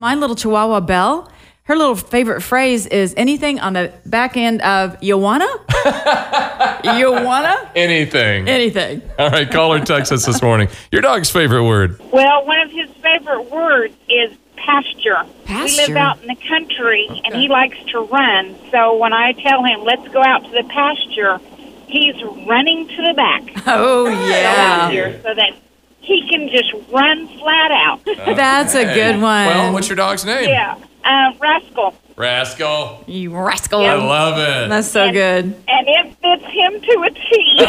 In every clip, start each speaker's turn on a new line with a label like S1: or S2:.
S1: My little Chihuahua Belle, her little favorite phrase is anything on the back end of you wanna, you wanna,
S2: Anything.
S1: anything.
S2: All right, call or text us this morning. Your dog's favorite word.
S3: Well, one of his favorite words is pasture. We
S1: Pasture?
S3: live out in the country, and he likes to run. So when I tell him, let's go out to the pasture, he's running to the back
S1: Oh yeah,
S3: here so that he can just run flat out.
S1: that's a good one.
S2: Well, what's your dog's name?
S3: yeah. Uh, rascal.
S2: Rascal.
S1: you rascal.
S2: I love it.
S1: That's so good.
S3: And it fits him to a T.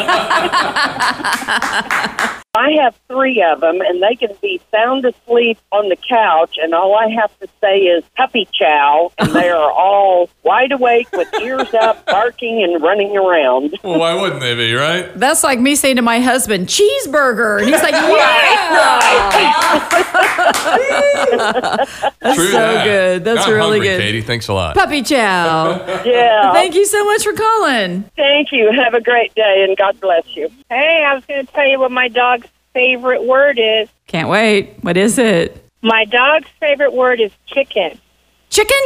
S4: I have three of them, and they can be sound asleep on the couch, and all I have to say is puppy chow, and they are all wide awake with ears up, barking and running around.
S2: well, why wouldn't they be, right?
S1: That's like me saying to my husband, cheeseburger. And he's like, yeah.
S2: That's
S1: so good. That's
S2: I'm
S1: really
S2: hungry,
S1: good.
S2: Katie, thanks a lot.
S1: Puppy chow.
S4: Yeah.
S1: Thank you so much for calling.
S4: Thank you. Have a great day, and God bless you.
S3: hey, I was going to tell you what my dog's favorite word is.
S1: Can't wait. What is it?
S3: My dog's favorite word is chicken.
S1: Chicken?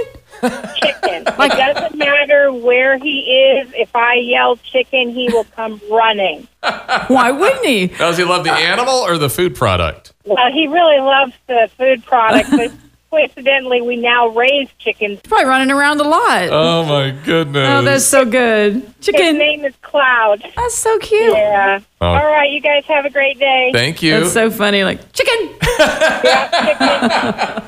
S3: chicken. It doesn't matter where he is. If I yell chicken, he will come running.
S1: Why wouldn't he?
S2: Now, does he love the
S1: Uh,
S2: animal or the food product?
S3: Well, he really loves the food product, but coincidentally, we now raise chickens.
S1: Probably running around a lot.
S2: Oh my goodness.
S1: oh, that's so good.
S3: His
S1: Chicken.
S3: name is Cloud.
S1: That's so cute.
S3: Yeah.
S2: Oh.
S3: All right, you guys have a great day.
S2: Thank you.
S1: That's so funny. Like, chicken.
S3: Bye.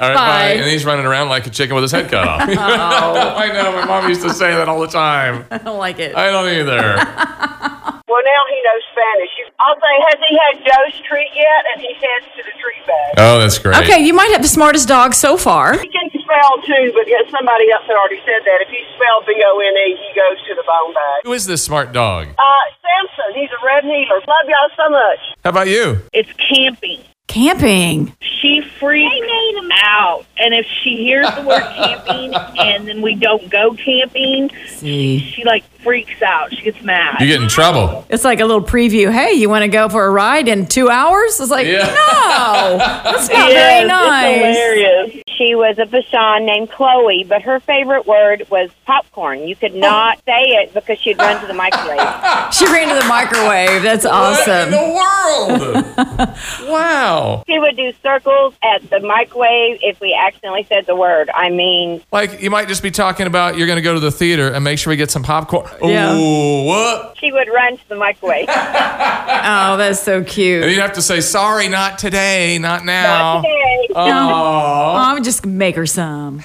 S2: all right,
S1: Bye.
S2: And he's running around like a chicken with his head cut off.
S1: Oh.
S2: I know. My mom used to say that all the time.
S1: I don't like it.
S2: I don't either.
S4: Well, now he knows Spanish. You, I'll say, has he had Joe's treat yet? And he heads to the treat bag.
S2: Oh, that's great.
S1: Okay, you might have the smartest dog so far.
S4: He can spell too, but yeah, somebody else had already said that. If he spelled B O N E, he goes to the bone bag.
S2: Who is this smart dog?
S4: Uh, Samson, he's a red healer. Love y'all so much.
S2: How about you?
S5: It's camping.
S1: Camping.
S5: She freaks out. And if she hears the word camping and then we don't go camping,
S1: See.
S5: she like freaks out. She gets mad.
S2: You get in trouble.
S1: It's like a little preview. Hey, you want to go for a ride in two hours? It's like,
S2: Yeah.
S1: no. That's not very nice.
S4: hilarious.
S3: She was a Bashan named Chloe, but her favorite word was popcorn. You could
S1: Oh.
S3: not say it because she'd run to the microwave.
S1: She ran to the microwave. That's awesome.
S2: What in the world? wow.
S3: She would do circles at the microwave if we accidentally said the word. I mean,
S2: Like you might just be talking about you're going to go to the theater and make sure we get some popcorn.
S1: Yeah.
S2: Ooh, what?
S3: she would run to the microwave.
S1: Oh, that's so
S2: And
S1: cute.
S2: you'd have to say sorry, not today, not now.
S3: Today.
S2: Oh.
S1: Mom, just make her some.